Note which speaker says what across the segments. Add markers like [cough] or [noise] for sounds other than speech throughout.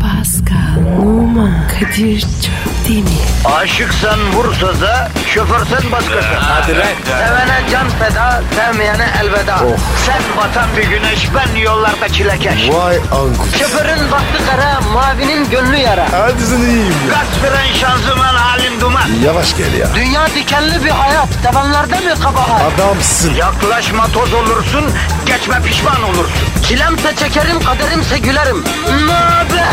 Speaker 1: Pascal, Oman, Kadir çok değil mi?
Speaker 2: Aşıksan vursa da şoförsen başkasın. Hadi
Speaker 3: lan.
Speaker 2: Sevene can feda, sevmeyene elveda. Sen batan bir güneş, ben yollarda çilekeş.
Speaker 3: Vay anku.
Speaker 2: Şoförün baktı kara, mavinin gönlü yara.
Speaker 3: Hadi sen iyiyim ya.
Speaker 2: Kasperen şanzıman halin duman.
Speaker 3: Yavaş gel ya.
Speaker 2: Dünya dikenli bir hayat, sevenlerde mi kabahar?
Speaker 3: Adamsın.
Speaker 2: Yaklaşma toz olursun, geçme pişman olursun. Çilemse çekerim, kaderimse gülerim. Möber!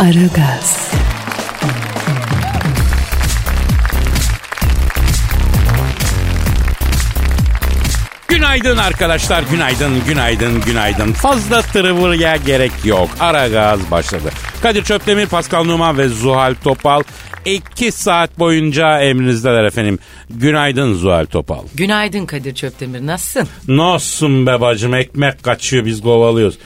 Speaker 1: Aragaz,
Speaker 4: Günaydın arkadaşlar, günaydın, günaydın, günaydın. Fazla tırıvırya gerek yok. Ara gaz başladı. Kadir Çöptemir, Pascal Numan ve Zuhal Topal 2 saat boyunca emrinizdeler efendim. Günaydın Zuhal Topal.
Speaker 5: Günaydın Kadir Çöptemir nasılsın?
Speaker 4: Nasılsın be bacım? Ekmek kaçıyor biz kovalıyoruz.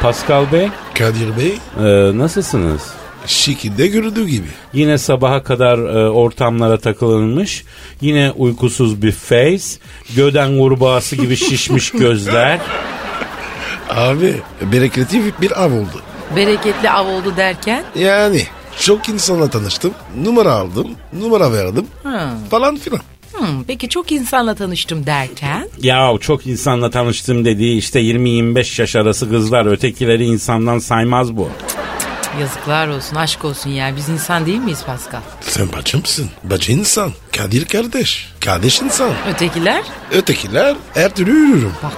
Speaker 4: Pascal Bey,
Speaker 3: Kadir Bey
Speaker 4: e, nasılsınız?
Speaker 3: şekilde görüldüğü gibi.
Speaker 4: Yine sabaha kadar e, ortamlara takılınmış. Yine uykusuz bir face. Göden kurbağası gibi [laughs] şişmiş gözler.
Speaker 3: Abi bereketli bir av oldu.
Speaker 5: Bereketli av oldu derken
Speaker 3: Yani çok insanla tanıştım. Numara aldım. Numara verdim. Falan filan.
Speaker 5: hmm, peki çok insanla tanıştım derken
Speaker 4: Ya çok insanla tanıştım dediği işte 20-25 yaş arası kızlar ötekileri insandan saymaz bu.
Speaker 5: yazıklar olsun aşk olsun ya biz insan değil miyiz Pascal?
Speaker 3: Sen bacımsın. Bacı insan. Kadir kardeş. Kardeş insan.
Speaker 5: Ötekiler
Speaker 3: Ötekiler her türlü yürürüm.
Speaker 5: bak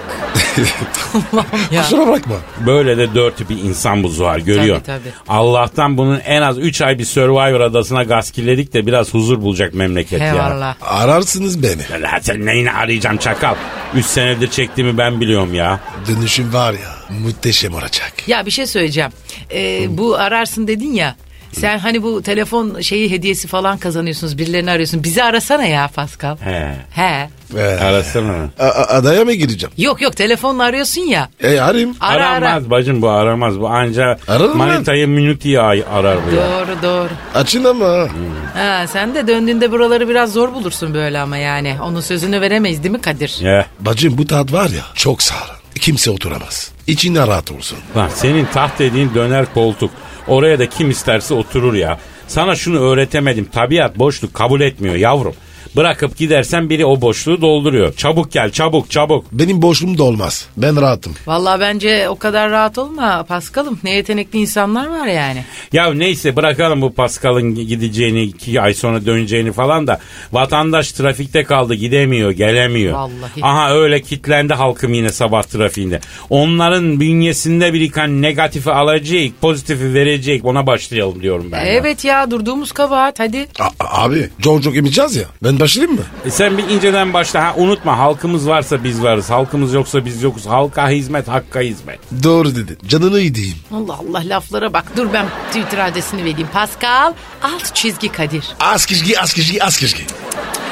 Speaker 5: Allah'ım ya.
Speaker 3: Kusura bakma.
Speaker 4: Böyle de dört bir insan bu Zuhal görüyor.
Speaker 5: Tabii, tabii.
Speaker 4: Allah'tan bunun en az 3 ay bir Survivor adasına gaskiledik de biraz huzur bulacak memleket
Speaker 5: He
Speaker 4: ya.
Speaker 5: valla.
Speaker 3: Ararsınız beni.
Speaker 4: La sen neyini arayacağım çakal? 3 senedir çektiğimi ben biliyorum ya.
Speaker 3: Dönüşüm var ya muhteşem olacak.
Speaker 5: Ya bir şey söyleyeceğim. Ee, bu ararsın dedin ya. Sen hani bu telefon şeyi hediyesi falan kazanıyorsunuz birilerini arıyorsun. Bizi arasana ya Pascal.
Speaker 4: He.
Speaker 5: He.
Speaker 3: Ee,
Speaker 4: Arasana.
Speaker 3: a- a- adaya mı gireceğim?
Speaker 5: Yok yok telefonla arıyorsun ya.
Speaker 3: E arayayım.
Speaker 5: Ara ara.
Speaker 4: aramaz bacım bu aramaz. Bu anca
Speaker 3: Arar mı?
Speaker 4: manitayı münük diye ay- arar bu ya.
Speaker 5: Doğru doğru.
Speaker 3: Açın ama.
Speaker 5: Ha, sen de döndüğünde buraları biraz zor bulursun böyle ama yani. Onun sözünü veremeyiz değil mi Kadir?
Speaker 4: Ya.
Speaker 3: Bacım bu tat var ya çok sağlam. Kimse oturamaz. İçinde rahat olsun.
Speaker 4: Lan senin taht dediğin döner koltuk. Oraya da kim isterse oturur ya. Sana şunu öğretemedim. Tabiat boşluk kabul etmiyor yavrum. Bırakıp gidersen biri o boşluğu dolduruyor. Çabuk gel çabuk çabuk.
Speaker 3: Benim boşluğum da olmaz. Ben rahatım.
Speaker 5: Vallahi bence o kadar rahat olma Paskal'ım. Ne yetenekli insanlar var yani.
Speaker 4: Ya neyse bırakalım bu Pascal'ın gideceğini iki ay sonra döneceğini falan da vatandaş trafikte kaldı gidemiyor gelemiyor.
Speaker 5: Vallahi.
Speaker 4: Aha öyle kitlendi halkım yine sabah trafiğinde. Onların bünyesinde biriken negatifi alacak pozitifi verecek ona başlayalım diyorum ben. ya.
Speaker 5: Evet ya durduğumuz kabahat hadi.
Speaker 3: A- a- abi çok çok yemeyeceğiz ya. Ben başlayayım mı?
Speaker 4: E Sen bir inceden başla. Ha unutma halkımız varsa biz varız. Halkımız yoksa biz yokuz. Halka hizmet, hakka hizmet.
Speaker 3: Doğru dedin. Canını yediğim.
Speaker 5: Allah Allah laflara bak. Dur ben Twitter adresini vereyim. Pascal alt çizgi Kadir.
Speaker 3: Az kişki, az kişki, az kişki.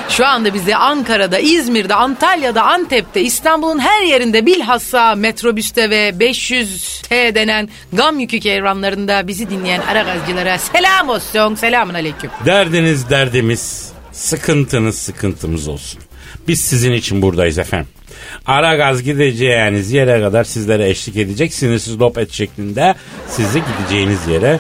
Speaker 5: Şu anda bizi Ankara'da, İzmir'de, Antalya'da, Antep'te, İstanbul'un her yerinde bilhassa metrobüste ve 500T denen gam yükü kervanlarında bizi dinleyen ara gazcılara selam olsun. Selamun aleyküm.
Speaker 4: Derdiniz derdimiz, sıkıntınız sıkıntımız olsun. Biz sizin için buradayız efendim. Ara gaz gideceğiniz yere kadar sizlere eşlik edecek. Sinirsiz dopet şeklinde sizi gideceğiniz yere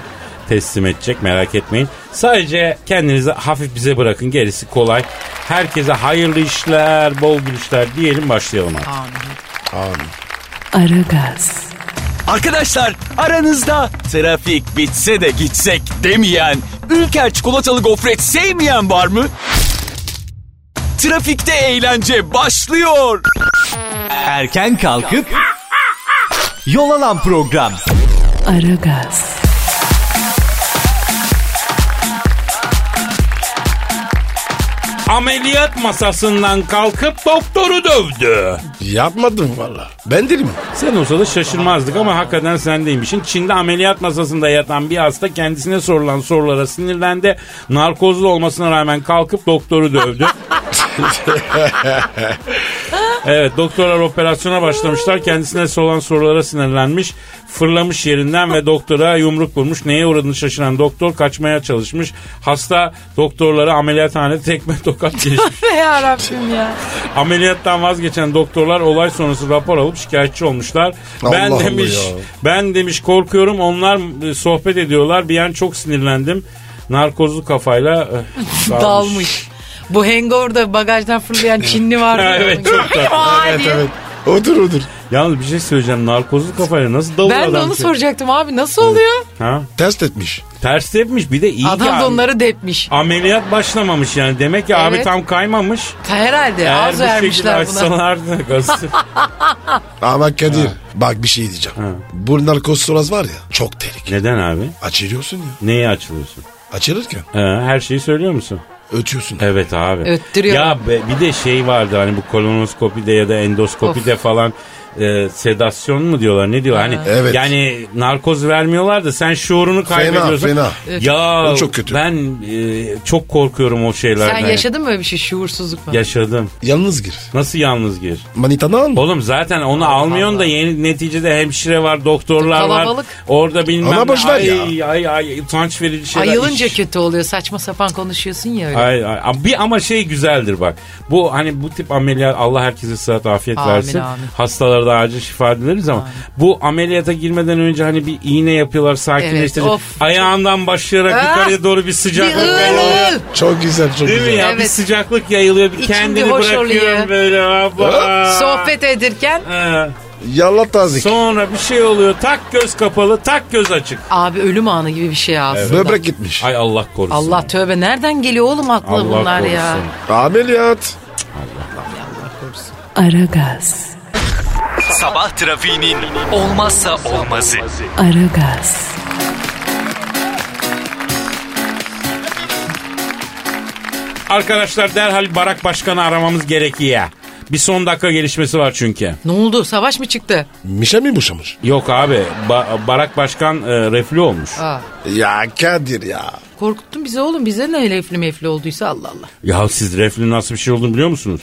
Speaker 4: teslim edecek merak etmeyin. Sadece kendinizi hafif bize bırakın gerisi kolay. Herkese hayırlı işler, bol gülüşler diyelim başlayalım artık.
Speaker 3: Abi.
Speaker 1: Aragaz,
Speaker 6: Arkadaşlar aranızda trafik bitse de gitsek demeyen, Ülker çikolatalı gofret sevmeyen var mı? Trafikte eğlence başlıyor. Erken kalkıp yol alan program.
Speaker 1: Aragaz,
Speaker 4: ameliyat masasından kalkıp doktoru dövdü.
Speaker 3: Yapmadım valla. Ben değil mi?
Speaker 4: Sen olsa da şaşırmazdık ama hakikaten sendeymişsin. Çin'de ameliyat masasında yatan bir hasta kendisine sorulan sorulara sinirlendi. Narkozlu olmasına rağmen kalkıp doktoru dövdü. Evet doktorlar operasyona başlamışlar. Kendisine sorulan sorulara sinirlenmiş. Fırlamış yerinden ve doktora yumruk vurmuş. Neye uğradığını şaşıran doktor kaçmaya çalışmış. Hasta doktorlara ameliyathanede tekme tokat
Speaker 5: [laughs]
Speaker 4: geçmiş.
Speaker 5: ya Rabbim ya.
Speaker 4: Ameliyattan vazgeçen doktorlar olay sonrası rapor alıp şikayetçi olmuşlar. ben
Speaker 3: Allah
Speaker 4: demiş
Speaker 3: Allah ya.
Speaker 4: ben demiş korkuyorum. Onlar e, sohbet ediyorlar. Bir an çok sinirlendim. Narkozlu kafayla [laughs] e,
Speaker 5: Dalmış. Bu hangover'da bagajdan fırlayan Çinli var. ya.
Speaker 4: [laughs] Evet, çok tatlı.
Speaker 5: [laughs] Vay
Speaker 3: Evet
Speaker 5: diye.
Speaker 3: evet. Odur odur.
Speaker 4: Yalnız bir şey söyleyeceğim. Narkozlu kafayla nasıl davul
Speaker 5: Ben de
Speaker 4: adam
Speaker 5: onu
Speaker 4: şey-
Speaker 5: soracaktım abi nasıl oluyor?
Speaker 4: Ha?
Speaker 3: Test etmiş.
Speaker 4: Ters tepmiş bir de iyi ki
Speaker 5: Adam
Speaker 4: abi-
Speaker 5: da onları depmiş.
Speaker 4: Ameliyat başlamamış yani. Demek ki abi
Speaker 5: Evet.
Speaker 4: tam kaymamış.
Speaker 5: Herhalde
Speaker 4: Eğer
Speaker 5: az
Speaker 4: bu şekilde
Speaker 5: vermişler buna.
Speaker 4: açsalardı
Speaker 5: [laughs]
Speaker 4: gazı.
Speaker 3: Ama Kadir bak bir şey diyeceğim. Bu narkoz var ya çok tehlikeli.
Speaker 4: Neden abi?
Speaker 3: Açılıyorsun ya.
Speaker 4: Neye açılıyorsun?
Speaker 3: Açılırken
Speaker 4: Ee, her şeyi söylüyor musun?
Speaker 3: ötüyorsun.
Speaker 4: Evet abi.
Speaker 5: Öttürüyor.
Speaker 4: Ya be- bir de şey vardı hani bu kolonoskopide ya da endoskopide falan e, sedasyon mu diyorlar ne diyor hani
Speaker 3: Evet.
Speaker 4: yani narkoz vermiyorlar da sen şuurunu kaybediyorsun.
Speaker 3: fena.
Speaker 4: Ya
Speaker 3: O çok kötü.
Speaker 4: ben e, çok korkuyorum o şeylerden.
Speaker 5: Sen yaşadın mı öyle bir şey şuursuzluk mu?
Speaker 4: Yaşadım.
Speaker 3: Yalnız gir.
Speaker 4: Nasıl yalnız gir?
Speaker 3: Manitanı alma.
Speaker 4: Oğlum zaten onu almıyorsun da yeni neticede hemşire var, doktorlar var.
Speaker 5: Kalabalık.
Speaker 4: Orada bilmem
Speaker 3: Ama boş ver
Speaker 4: ay,
Speaker 3: ya.
Speaker 4: ay ay utanç verici şeyler.
Speaker 5: Ayılınca
Speaker 4: İş-
Speaker 5: kötü oluyor saçma sapan konuşuyorsun ya öyle.
Speaker 4: Ay, ay, Ama bir ama şey güzeldir bak. Bu hani bu tip ameliyat Allah herkese sıhhat afiyet
Speaker 5: Amin,
Speaker 4: versin.
Speaker 5: amin.
Speaker 4: Hastalara da acil şifa dileriz ama bu ameliyata girmeden önce hani bir iğne yapıyorlar sakinleştirici.
Speaker 5: Evet, of.
Speaker 4: Ayağından başlayarak
Speaker 5: Ah!
Speaker 4: yukarıya doğru bir
Speaker 5: Bir
Speaker 4: sıcaklık yayılıyor.
Speaker 5: ığıl.
Speaker 3: Çok güzel çok
Speaker 4: Değil mi
Speaker 3: güzel.
Speaker 4: ya? Bir
Speaker 5: Evet.
Speaker 4: sıcaklık yayılıyor. Bir
Speaker 5: İçim
Speaker 4: kendini
Speaker 5: bir hoş
Speaker 4: bırakıyor
Speaker 5: oluyor.
Speaker 4: böyle. Abla.
Speaker 5: Sohbet edirken
Speaker 4: Ha.
Speaker 3: Yallah tazik.
Speaker 4: Sonra bir şey oluyor. Tak göz kapalı, tak göz açık.
Speaker 5: abi ölüm anı gibi bir şey aslında.
Speaker 3: Böbrek gitmiş.
Speaker 4: Ay Allah korusun.
Speaker 5: Allah tövbe nereden geliyor oğlum aklına
Speaker 4: Allah
Speaker 5: bunlar
Speaker 4: korusun.
Speaker 5: ya.
Speaker 3: Ameliyat.
Speaker 1: Aragaz,
Speaker 6: Sabah trafiğinin olmazsa olmazı.
Speaker 1: Aragaz,
Speaker 4: Arkadaşlar derhal Barak Başkan'ı aramamız gerekiyor. Bir son dakika gelişmesi var çünkü.
Speaker 5: Ne oldu savaş mı çıktı?
Speaker 3: Mişe mi boşamış?
Speaker 4: Yok abi Ba- Barak Başkan e, reflü olmuş.
Speaker 5: Aa,
Speaker 3: Ya Kadir ya.
Speaker 5: korkuttun bizi oğlum bize ne lefli mefli olduysa Allah Allah.
Speaker 4: Ya siz reflü nasıl bir şey olduğunu biliyor musunuz?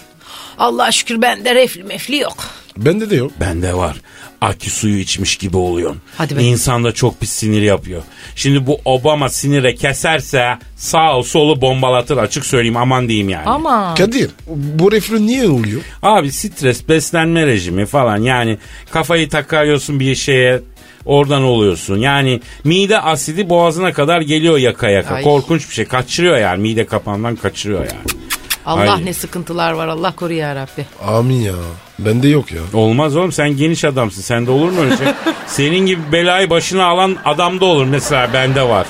Speaker 5: Allah şükür bende refli mefli yok.
Speaker 3: Bende de yok.
Speaker 4: Bende var. Akü suyu içmiş gibi oluyorsun.
Speaker 5: Hadi be.
Speaker 4: İnsanda çok pis sinir yapıyor. Şimdi bu Obama sinire keserse sağ solu bombalatır açık söyleyeyim aman diyeyim yani.
Speaker 5: Ama
Speaker 3: Kadir bu reflü niye oluyor?
Speaker 4: Abi stres, beslenme rejimi falan yani kafayı takıyorsun bir şeye oradan oluyorsun. Yani mide asidi boğazına kadar geliyor yaka yaka.
Speaker 5: Ay.
Speaker 4: Korkunç bir şey. Kaçırıyor yani. Mide kapandan kaçırıyor yani.
Speaker 5: Allah
Speaker 4: Ay.
Speaker 5: ne sıkıntılar var Allah koru ya Rabbi.
Speaker 3: Amin ya. Bende yok ya.
Speaker 4: Olmaz oğlum sen geniş adamsın. Sende olur mu öyle şey? Senin gibi belayı başına alan adamda olur mesela bende var.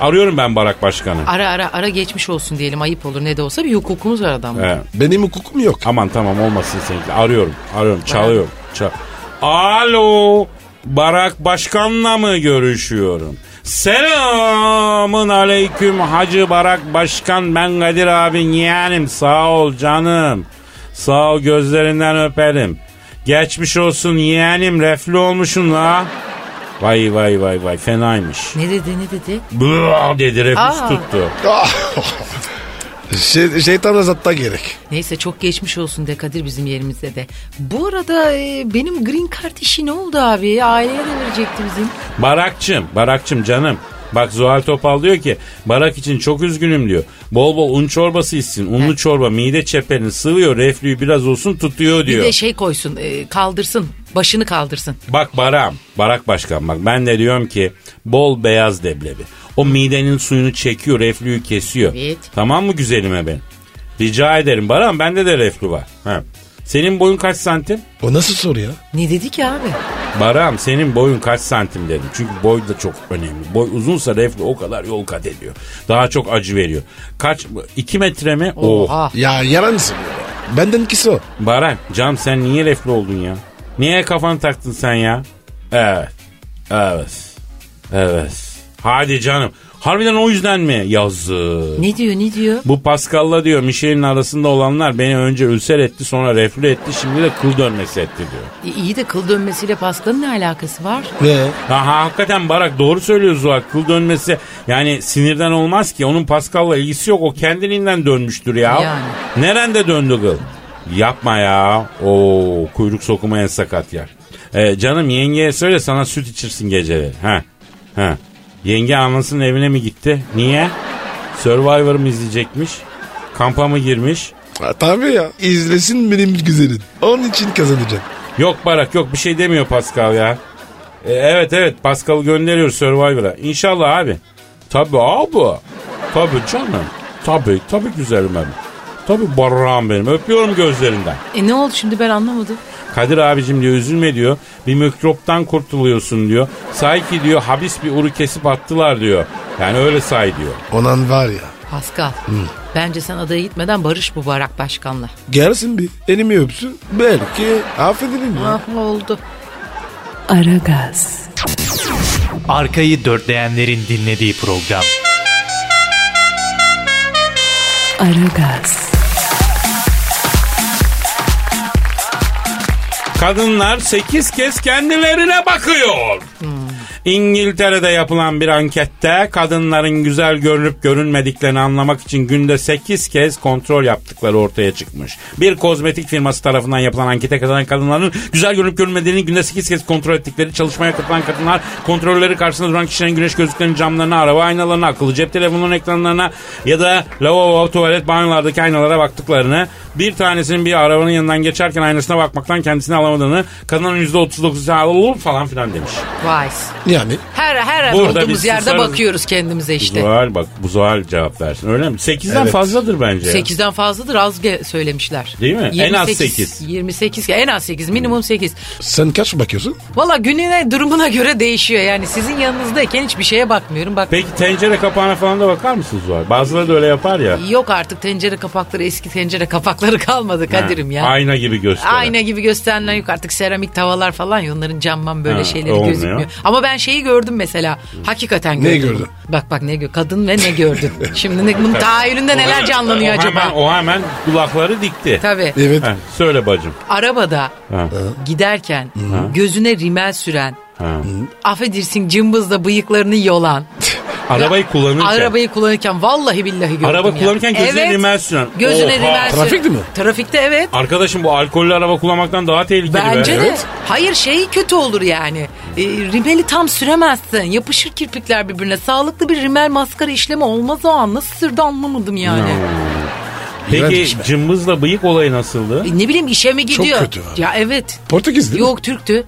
Speaker 4: Arıyorum ben Barak Başkan'ı.
Speaker 5: Ara ara ara geçmiş olsun diyelim ayıp olur ne de olsa bir hukukumuz var adamın.
Speaker 4: Evet.
Speaker 3: Benim hukukum yok.
Speaker 4: Aman tamam olmasın seninki. Arıyorum, arıyorum, çalıyorum. Çal. Alo, Barak Başkan'la mı görüşüyorum? Selamın aleyküm Hacı Barak Başkan. Ben Kadir abin yeğenim. Sağ ol canım. Sağ ol gözlerinden öperim. Geçmiş olsun yeğenim reflü olmuşsun la. Vay vay vay vay fenaymış.
Speaker 5: Ne dedi ne dedi?
Speaker 4: Bıa dedi reflüs
Speaker 5: Aa.
Speaker 4: tuttu.
Speaker 3: Şey, şeytan azatta gerek.
Speaker 5: Neyse çok geçmiş olsun de Kadir bizim yerimizde de. Bu arada e, benim green card işi ne oldu abi? Aileye de verecekti bizim.
Speaker 4: Barakçım, Barakçım canım. Bak Zuhal Topal diyor ki Barak için çok üzgünüm diyor. Bol bol un çorbası içsin. Unlu çorba mide çeperini sıvıyor. Reflüyü biraz olsun tutuyor
Speaker 5: Bir
Speaker 4: diyor.
Speaker 5: de şey koysun e, kaldırsın başını kaldırsın.
Speaker 4: Bak Baram, Barak Başkan bak ben de diyorum ki bol beyaz leblebi. O midenin suyunu çekiyor, reflüyü kesiyor.
Speaker 5: Evet.
Speaker 4: Tamam mı güzelime ben? Rica ederim Baram bende de reflü var. Ha. Senin boyun kaç santim?
Speaker 3: O nasıl soru ya?
Speaker 5: Ne dedi ki abi?
Speaker 4: Baram senin boyun kaç santim dedim. Çünkü boy da çok önemli. Boy uzunsa reflü o kadar yol kat ediyor. Daha çok acı veriyor. Kaç? 2 metre mi?
Speaker 5: Oha.
Speaker 3: Ya yalan soruyor. Benden ikisi o.
Speaker 4: Baran cam sen niye reflü oldun ya? Niye kafanı taktın sen ya? Evet. Evet. Evet. Hadi canım. Harbiden o yüzden mi? Yazık.
Speaker 5: Ne diyor ne diyor?
Speaker 4: Bu Pascal'la diyor Michel'in arasında olanlar beni önce ülser etti sonra reflü etti şimdi de kıl dönmesi etti diyor.
Speaker 5: E, iyi de kıl dönmesiyle Pascal'ın ne alakası var?
Speaker 3: Ve
Speaker 4: Aha, hakikaten Barak doğru söylüyor Zuhal. Kıl dönmesi yani sinirden olmaz ki. Onun Pascal'la ilgisi yok. O kendiliğinden dönmüştür ya.
Speaker 5: Yani.
Speaker 4: Nerede döndü kıl? Yapma ya. Oo, kuyruk sokuma en sakat yer. Ee, canım yengeye söyle sana süt içirsin geceleri. Ha. Ha. Yenge anasının evine mi gitti? Niye? Survivor mı izleyecekmiş? Kampa mı girmiş?
Speaker 3: Ha, tabii ya. İzlesin benim güzelim. Onun için kazanacak.
Speaker 4: Yok Barak yok bir şey demiyor Pascal ya. E, evet evet Pascal'ı gönderiyor Survivor'a. İnşallah abi. Tabi abi. Tabi canım. Tabi tabi güzelim benim. Tabi barrağım benim. Öpüyorum gözlerinden.
Speaker 5: E ne oldu şimdi ben anlamadım.
Speaker 4: Kadir abicim diyor üzülme diyor. Bir mikroptan kurtuluyorsun diyor. Say ki diyor habis bir uru kesip attılar diyor. Yani öyle say diyor.
Speaker 3: Onan var ya.
Speaker 5: Pascal. Bence sen adaya gitmeden barış bu barak başkanla.
Speaker 3: Gelsin bir elimi öpsün. Belki affedelim ya.
Speaker 5: Ah oldu.
Speaker 1: Aragaz,
Speaker 7: Arkayı dörtleyenlerin dinlediği program.
Speaker 1: Aragaz,
Speaker 4: Kadınlar 8 kez kendilerine bakıyor. İngiltere'de yapılan bir ankette kadınların güzel görünüp görünmediklerini anlamak için günde 8 kez kontrol yaptıkları ortaya çıkmış. Bir kozmetik firması tarafından yapılan ankete katılan kadınların güzel görünüp görünmediğini günde 8 kez kontrol ettikleri çalışmaya katılan kadınlar kontrolleri karşısında duran kişilerin güneş gözlüklerinin camlarına, araba aynalarına, akıllı cep telefonunun ekranlarına ya da lavabo, tuvalet, banyolardaki aynalara baktıklarını, bir tanesinin bir arabanın yanından geçerken aynasına bakmaktan kendisini alamadığını, kadının %39'u "Aa, falan filan demiş.
Speaker 5: Vay.
Speaker 3: Yani
Speaker 5: Her her
Speaker 4: Burada
Speaker 5: olduğumuz
Speaker 4: biz
Speaker 5: yerde
Speaker 4: susarız.
Speaker 5: bakıyoruz kendimize işte.
Speaker 4: Zuhal bak bu Zuhal cevap versin öyle mi? 8'den
Speaker 3: Evet.
Speaker 4: fazladır bence. ya.
Speaker 5: 8'den fazladır az ge- söylemişler.
Speaker 4: Değil mi? En az
Speaker 5: 28, 28 en az 8 minimum 8.
Speaker 3: sen kaç bakıyorsun?
Speaker 5: Valla gününe durumuna göre değişiyor yani sizin yanınızdayken hiçbir şeye bakmıyorum. Bak
Speaker 4: Peki tencere kapağına falan da bakar mısınız Zuhal? Bazıları da öyle yapar ya.
Speaker 5: yok artık tencere kapakları eski tencere kapakları kalmadı Kadir'im ya.
Speaker 4: Ha, Ayna gibi gösteriyor.
Speaker 5: Ayna gibi gösterenler yok artık seramik tavalar falan ya onların camman böyle
Speaker 4: Ha,
Speaker 5: şeyleri
Speaker 4: olmuyor.
Speaker 5: gözükmüyor. Ama ben şeyi gördüm mesela hakikaten gördüm.
Speaker 3: Neyi gördün?
Speaker 5: Bak bak ne gör kadın ve ne
Speaker 4: [laughs]
Speaker 5: gördün. Şimdi ne, bunun tahayyülünde neler canlanıyor
Speaker 4: o Hemen,
Speaker 5: acaba?
Speaker 4: o hemen kulakları dikti.
Speaker 5: Tabii
Speaker 3: Evet.
Speaker 4: Ha, söyle bacım.
Speaker 5: arabada
Speaker 4: Ha.
Speaker 5: giderken gözüne rimel süren
Speaker 4: Ha.
Speaker 5: affedersin cımbızla bıyıklarını yolan
Speaker 4: Arabayı kullanırken.
Speaker 5: arabayı kullanırken vallahi billahi gördüm
Speaker 4: Araba
Speaker 5: ya.
Speaker 4: kullanırken gözüne rimel süren.
Speaker 5: Gözüne
Speaker 4: Oha.
Speaker 5: rimel süren.
Speaker 3: Trafikte mi?
Speaker 5: Trafikte evet.
Speaker 4: Arkadaşım bu alkollü araba kullanmaktan daha tehlikeli.
Speaker 5: Bence
Speaker 4: be.
Speaker 5: de. Hayır şey kötü olur yani. E, rimeli tam süremezsin. Yapışır kirpikler birbirine. Sağlıklı bir rimel maskara işlemi olmaz o an. Nasıl sürdü anlamadım yani.
Speaker 4: Peki
Speaker 3: İğrenç.
Speaker 4: cımbızla bıyık olayı nasıldı?
Speaker 5: E, ne bileyim işe mi gidiyor?
Speaker 3: kötü abi.
Speaker 5: Ya evet.
Speaker 3: Portekiz değil mi?
Speaker 4: [laughs]
Speaker 5: Yok Türk'tü.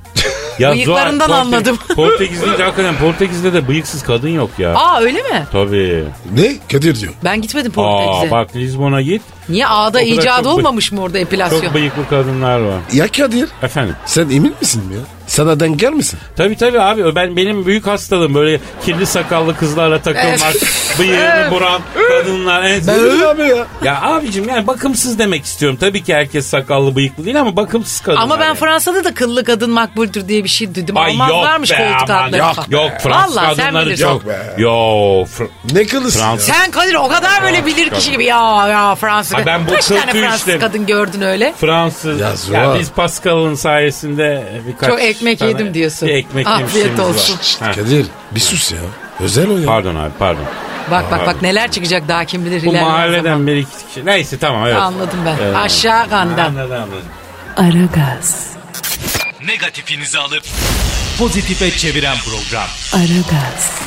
Speaker 4: Ya
Speaker 5: Bıyıklarından
Speaker 4: Zuhal, Porte-
Speaker 5: anladım. [laughs]
Speaker 4: Portekiz deyince hakikaten Portekiz'de de bıyıksız kadın yok ya.
Speaker 5: Aa öyle mi?
Speaker 4: Tabii.
Speaker 3: Ne? Kadir diyor.
Speaker 5: Ben gitmedim
Speaker 4: Aa
Speaker 5: Portekiz'e.
Speaker 4: bak Lizbon'a git.
Speaker 5: Niye ağda
Speaker 4: O kadar
Speaker 5: icat
Speaker 4: çok bıy-
Speaker 5: olmamış mı orada epilasyon?
Speaker 4: Çok bıyıklı kadınlar var.
Speaker 3: Ya Kadir
Speaker 4: Efendim.
Speaker 3: sen emin misin ya? Sana denk gel misin?
Speaker 4: Tabii tabii abi ö- ben benim büyük hastalığım böyle kirli sakallı kızlarla takılmak, [laughs] bıyığını buran kadınlar. en-
Speaker 3: Öyle abi ya.
Speaker 4: Ya abicim yani bakımsız demek istiyorum. Tabii ki herkes sakallı bıyıklı değil ama bakımsız kadınlar.
Speaker 5: Ama ben
Speaker 4: yani.
Speaker 5: Fransa'da da kıllı kadın makbuldür diye bir şey duydum.
Speaker 4: Ay
Speaker 5: Almaz
Speaker 4: yok
Speaker 5: varmış
Speaker 4: be
Speaker 5: koltuk
Speaker 4: aman
Speaker 5: altları.
Speaker 4: yok
Speaker 5: falan.
Speaker 4: yok Fransız
Speaker 5: Vallahi sen
Speaker 4: kadınları
Speaker 5: bilirsin.
Speaker 4: yok.
Speaker 3: be.
Speaker 4: Yo Fr-
Speaker 3: Ne kılırsın
Speaker 4: Fransız.
Speaker 3: ya?
Speaker 5: Sen Kadir o kadar böyle bilir kişi gibi ya ya Fransız.
Speaker 4: Ha, ben bu
Speaker 5: Kaç tane
Speaker 4: kötü
Speaker 5: Fransız
Speaker 4: işlerim.
Speaker 5: kadın gördün öyle?
Speaker 4: Fransız.
Speaker 3: Ya
Speaker 4: Ya,
Speaker 3: Zuhal.
Speaker 4: biz Pascal'ın sayesinde e, birkaç
Speaker 5: Çok ekmek
Speaker 4: tane-
Speaker 5: yedim diyorsun.
Speaker 4: Bir ekmek
Speaker 5: Afiyet
Speaker 4: yemişliğimiz var.
Speaker 5: olsun.
Speaker 4: Ha,
Speaker 3: Kadir bir sus ya. Özel o ya.
Speaker 4: Pardon abi pardon.
Speaker 5: Bak bak bak neler çıkacak daha kim bilir
Speaker 4: Bu
Speaker 5: ilerleyen zaman.
Speaker 4: mahalleden bir iki kişi. Neyse tamam evet.
Speaker 5: Anladım ben.
Speaker 4: Evet.
Speaker 5: Aşağı kandan.
Speaker 4: Anladım, anladım.
Speaker 1: Aragaz,
Speaker 7: Negatifinizi alıp pozitife çeviren program.
Speaker 1: Aragaz,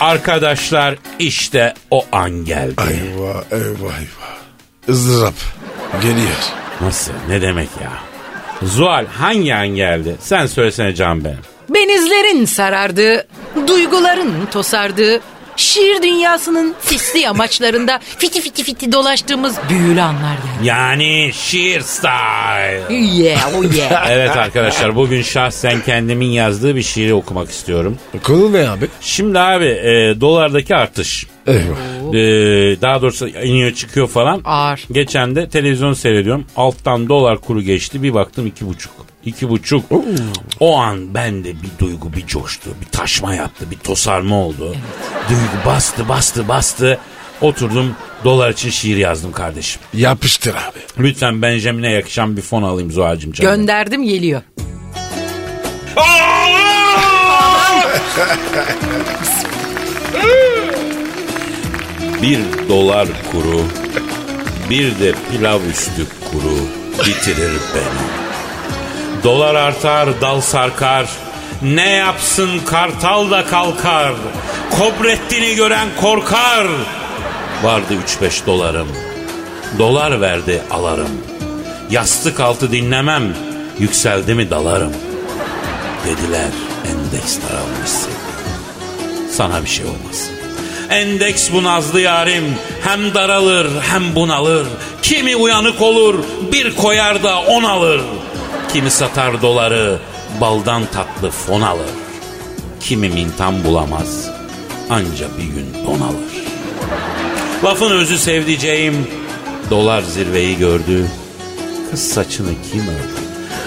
Speaker 4: Arkadaşlar işte o an geldi.
Speaker 3: Eyvah eyvah eyvah. Izdırap geliyor.
Speaker 4: Nasıl? Ne demek ya? Zuhal hangi an geldi? Sen söylesene Can benim.
Speaker 5: Benizlerin sarardığı, duyguların tosardığı, şiir dünyasının sisli amaçlarında fiti fiti fiti dolaştığımız büyülü anlar geldi.
Speaker 4: Yani şiir
Speaker 5: [laughs]
Speaker 4: style.
Speaker 5: Yeah,
Speaker 4: [laughs]
Speaker 5: oh yeah.
Speaker 4: Evet arkadaşlar bugün şahsen kendimin yazdığı bir şiiri okumak istiyorum.
Speaker 3: Konu ne abi?
Speaker 4: Şimdi abi e, dolardaki artış.
Speaker 3: Eyvah.
Speaker 4: E, daha doğrusu iniyor çıkıyor falan.
Speaker 5: Ağır.
Speaker 4: Geçen de televizyon seyrediyorum. Alttan dolar kuru geçti. Bir baktım iki buçuk. İki buçuk. O an bende bir duygu bir coştu. Bir taşma yaptı. Bir tosarma oldu. Duygu bastı bastı bastı. Oturdum dolar için şiir yazdım kardeşim.
Speaker 3: Yapıştır abi.
Speaker 4: Lütfen Benjamin'e yakışan bir fon alayım Zuhal'cığım canım.
Speaker 5: Gönderdim geliyor.
Speaker 4: bir dolar kuru, bir de pilav üstü kuru bitirir beni. Dolar artar, dal sarkar, ne yapsın kartal da kalkar, kobrettini gören korkar. Vardı 3-5 dolarım, dolar verdi alarım. Yastık altı dinlemem, yükseldi mi dalarım. Dediler endeks daralmışsın. Sana bir şey olmaz. Endeks bu nazlı yarim hem daralır hem bunalır. Kimi uyanık olur bir koyar da on alır. Kimi satar doları baldan tatlı fon alır. Kimi mintan bulamaz anca bir gün don alır. Lafın özü sevdiceğim dolar zirveyi gördü. Kız saçını kim ördü?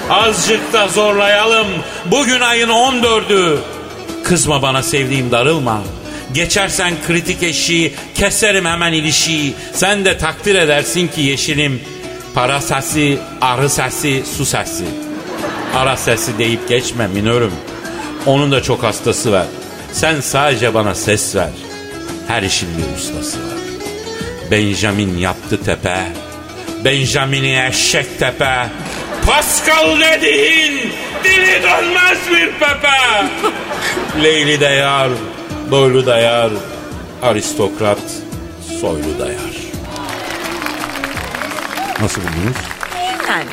Speaker 4: Azıcık da zorlayalım. Bugün ayın 14'ü. Kızma bana sevdiğim darılma. Geçersen kritik eşiği keserim hemen ilişiği. Sen de takdir edersin ki yeşilim. Para sesi, arı sesi, su sesi. Ara sesi deyip geçme minörüm. Onun da çok hastası var. Sen sadece bana ses ver. Her işin bir ustası var. Benjamin yaptı tepe. Benjamin'i eşek tepe. Pascal dediğin dili dönmez bir pepe. Leyli de yar, doylu da yar, aristokrat, soylu da yar. Nasıl buldunuz?
Speaker 8: Yani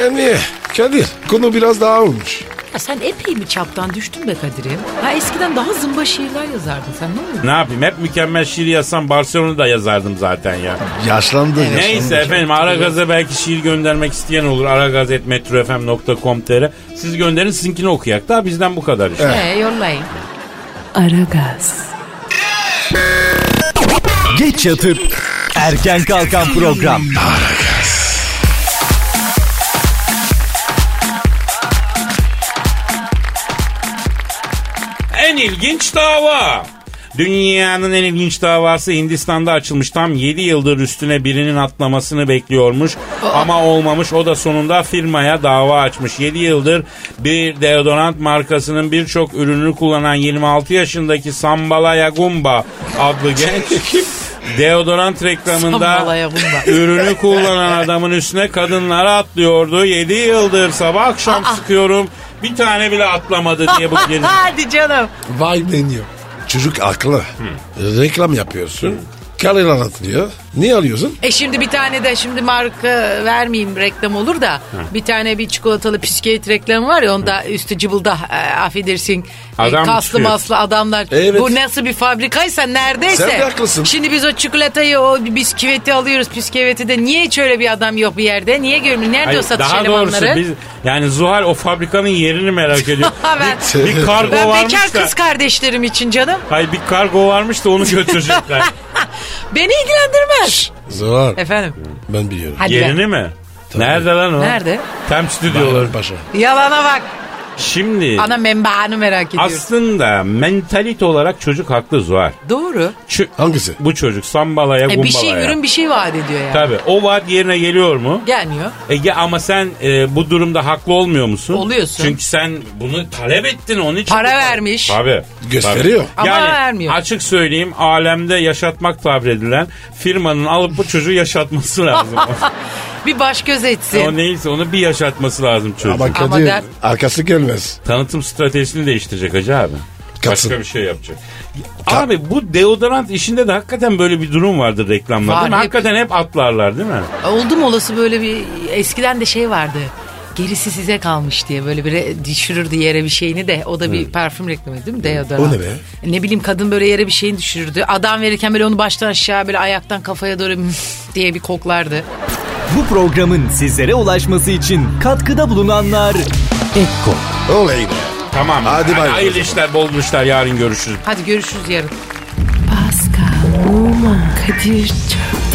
Speaker 3: Yani E, Kadir konu biraz daha olmuş.
Speaker 5: Ya sen epey mi çaptan düştün be Kadir'im? Ha eskiden daha zımba şiirler yazardın sen ne oldu?
Speaker 4: Ne yapayım hep mükemmel şiir yazsam Barcelona'da yazardım zaten ya.
Speaker 3: Yaşlandı. yaşlandı.
Speaker 4: Neyse efendim Aragaz'a belki şiir göndermek isteyen olur. aragaz.metrofm.com.tr Siz gönderin sizinkini okuyak da bizden bu kadar işte.
Speaker 5: Ee, yollayın.
Speaker 1: Aragaz,
Speaker 6: Geç yatıp erken kalkan program.
Speaker 4: En ilginç dava. Dünyanın en ilginç davası Hindistan'da açılmış. Tam 7 yıldır üstüne birinin atlamasını bekliyormuş. Ama olmamış. O da sonunda firmaya dava açmış. 7 yıldır bir deodorant markasının birçok ürünü kullanan 26 yaşındaki Sambala Yagumba adlı genç deodorant
Speaker 5: Sambala
Speaker 4: reklamında
Speaker 5: Yagumba.
Speaker 4: ürünü kullanan adamın üstüne kadınlara atlıyordu. 7 yıldır sabah akşam sıkıyorum. Bir tane bile atlamadı diye bu geri
Speaker 5: [laughs] Hadi canım.
Speaker 3: Vay deniyor. Çocuk aklı. Reklam yapıyorsun. Karılar atılıyor. Niye alıyorsun?
Speaker 5: E şimdi bir tane de şimdi marka vermeyeyim reklam olur da bir tane bir çikolatalı bisküvit reklamı var ya onda üstü cıbılda e, affedersin e,
Speaker 4: Adam
Speaker 5: kaslı
Speaker 4: çıkıyor.
Speaker 5: maslı adamlar.
Speaker 3: Evet.
Speaker 5: Bu nasıl bir fabrikaysa neredeyse.
Speaker 3: Sen de haklısın.
Speaker 5: Şimdi biz o çikolatayı o bisküveti alıyoruz bisküveti de niye hiç öyle bir adam yok bir yerde niye görmüyor nerede
Speaker 4: Hayır,
Speaker 5: o satış
Speaker 4: daha
Speaker 5: elemanları?
Speaker 4: doğrusu biz yani Zuhal o fabrikanın yerini merak
Speaker 5: [laughs]
Speaker 4: ediyor.
Speaker 5: Ha, [laughs] ben,
Speaker 4: bir kargo
Speaker 5: ben
Speaker 4: varmış
Speaker 5: bekar
Speaker 4: da.
Speaker 5: kız kardeşlerim için canım.
Speaker 4: Hayır bir kargo varmış da onu
Speaker 5: [laughs]
Speaker 4: götürecekler.
Speaker 5: Beni ilgilendirmez.
Speaker 3: Zor.
Speaker 5: Efendim.
Speaker 3: Ben biliyorum.
Speaker 5: Hadi be.
Speaker 4: Yerini mi? Nerede lan o?
Speaker 5: Nerede?
Speaker 4: Tem stüdyoları.
Speaker 3: Diyorlar paşa.
Speaker 5: Yalana bak.
Speaker 4: Şimdi
Speaker 5: Ana menbaanı merak ediyorum.
Speaker 4: aslında mentalite olarak çocuk haklı Zuhal.
Speaker 5: Doğru.
Speaker 4: Çü-
Speaker 3: Hangisi?
Speaker 4: bu çocuk sambalaya
Speaker 5: E,
Speaker 4: gumbalaya.
Speaker 5: bir şey ürün bir şey vaat ediyor yani.
Speaker 4: Tabii o vaat yerine geliyor mu?
Speaker 5: Gelmiyor.
Speaker 4: Ege ama sen e, bu durumda haklı olmuyor musun?
Speaker 5: Oluyorsun.
Speaker 4: Çünkü sen bunu talep ettin onun için.
Speaker 5: Para
Speaker 4: bu-
Speaker 5: vermiş.
Speaker 4: Tabii.
Speaker 3: Gösteriyor.
Speaker 5: Ama vermiyor.
Speaker 4: Açık söyleyeyim alemde yaşatmak tabir edilen firmanın alıp bu çocuğu
Speaker 5: [laughs]
Speaker 4: yaşatması lazım.
Speaker 5: Bir baş göz etsin.
Speaker 4: o neyse onu bir yaşatması lazım çocuğu.
Speaker 3: Ama Kadir
Speaker 5: der-
Speaker 3: arkası gelmez.
Speaker 4: Tanıtım stratejisini değiştirecek hacı abi.
Speaker 3: Katıl.
Speaker 4: Başka bir şey yapacak. Abi bu deodorant işinde de hakikaten böyle bir durum vardır reklamlarda.
Speaker 5: Var,
Speaker 4: değil mi?
Speaker 5: hep-
Speaker 4: Hakikaten hep atlarlar değil mi?
Speaker 5: E, Oldu mu olası böyle bir eskiden de şey vardı. Gerisi size kalmış diye böyle bir re- düşürürdü yere bir şeyini de o da bir parfüm reklamı değil mi? Deodorant.
Speaker 3: O ne be?
Speaker 5: Ne bileyim kadın böyle yere bir şeyini düşürürdü. Adam verirken böyle onu baştan aşağı böyle ayaktan kafaya doğru [laughs] diye bir koklardı.
Speaker 6: Bu programın sizlere ulaşması için katkıda bulunanlar
Speaker 1: Ekko,
Speaker 3: Oley be.
Speaker 4: Tamam.
Speaker 3: Hadi bay bay.
Speaker 4: Hayırlı işler, bol işler. Yarın görüşürüz.
Speaker 5: Hadi görüşürüz yarın.
Speaker 1: Pascal, Oman, Kadir çok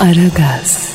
Speaker 1: Aragaz.